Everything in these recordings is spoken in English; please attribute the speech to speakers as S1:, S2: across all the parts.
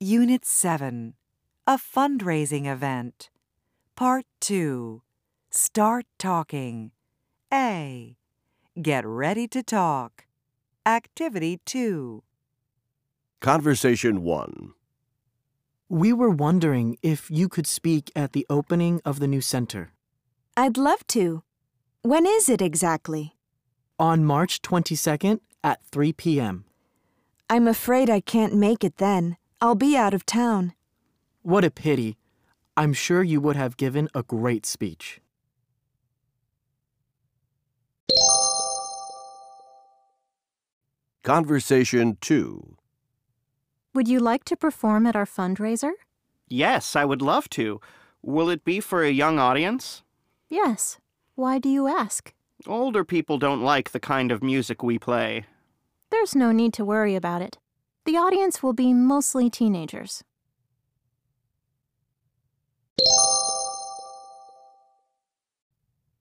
S1: Unit 7 A Fundraising Event. Part 2 Start Talking. A. Get ready to talk. Activity 2.
S2: Conversation 1.
S3: We were wondering if you could speak at the opening of the new center
S4: I'd love to. When is it exactly?
S3: on March 22nd at 3 p.m.
S4: I'm afraid I can't make it then. I'll be out of town.
S3: What a pity. I'm sure you would have given a great speech.
S2: Conversation 2.
S5: Would you like to perform at our fundraiser?
S6: Yes, I would love to. Will it be for a young audience?
S5: Yes. Why do you ask?
S6: Older people don't like the kind of music we play.
S5: There's no need to worry about it. The audience will be mostly teenagers.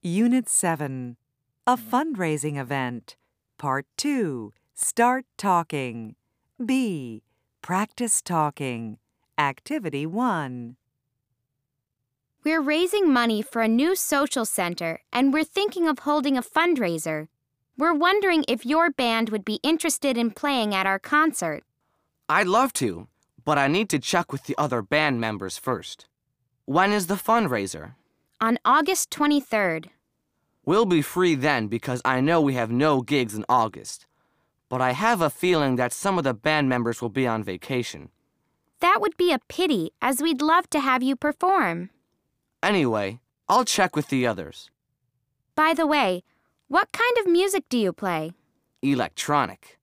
S1: Unit 7 A Fundraising Event. Part 2 Start Talking. B. Practice Talking. Activity 1.
S7: We're raising money for a new social center and we're thinking of holding a fundraiser. We're wondering if your band would be interested in playing at our concert.
S8: I'd love to, but I need to check with the other band members first. When is the fundraiser?
S7: On August 23rd,
S8: We'll be free then because I know we have no gigs in August. But I have a feeling that some of the band members will be on vacation.
S7: that would be a pity as we'd love to have you perform.
S8: Anyway, I'll check with the others.
S7: By the way, what kind of music do you play?
S8: Electronic.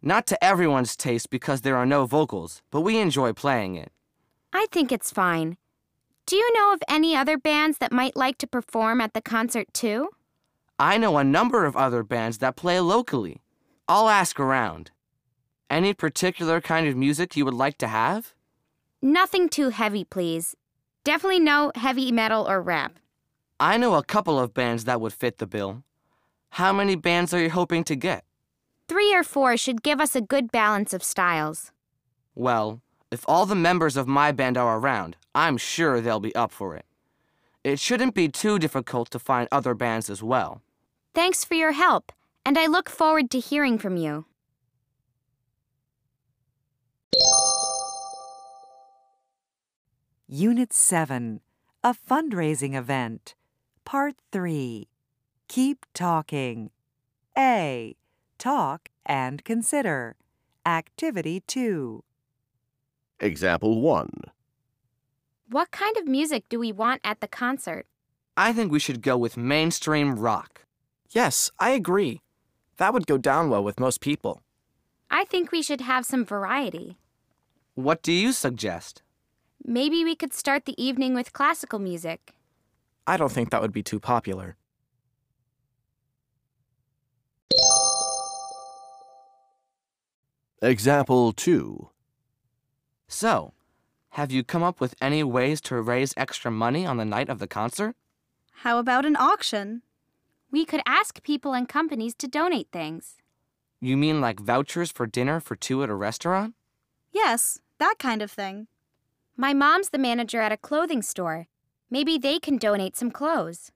S8: Not to everyone's taste because there are no vocals, but we enjoy playing it.
S7: I think it's fine. Do you know of any other bands that might like to perform at the concert too?
S8: I know a number of other bands that play locally. I'll ask around. Any particular kind of music you would like to have?
S7: Nothing too heavy, please. Definitely no heavy metal or rap.
S8: I know a couple of bands that would fit the bill. How many bands are you hoping to get?
S7: Three or four should give us a good balance of styles.
S8: Well, if all the members of my band are around, I'm sure they'll be up for it. It shouldn't be too difficult to find other bands as well.
S7: Thanks for your help, and I look forward to hearing from you.
S1: Unit 7 A Fundraising Event. Part 3 Keep Talking. A. Talk and Consider. Activity 2.
S2: Example 1.
S7: What kind of music do we want at the concert?
S8: I think we should go with mainstream rock.
S9: Yes, I agree. That would go down well with most people.
S7: I think we should have some variety.
S8: What do you suggest?
S7: Maybe we could start the evening with classical music.
S9: I don't think that would be too popular.
S2: Example 2.
S8: So, have you come up with any ways to raise extra money on the night of the concert?
S10: How about an auction?
S7: We could ask people and companies to donate things.
S8: You mean like vouchers for dinner for two at a restaurant?
S10: Yes, that kind of thing.
S7: My mom's the manager at a clothing store. Maybe they can donate some clothes.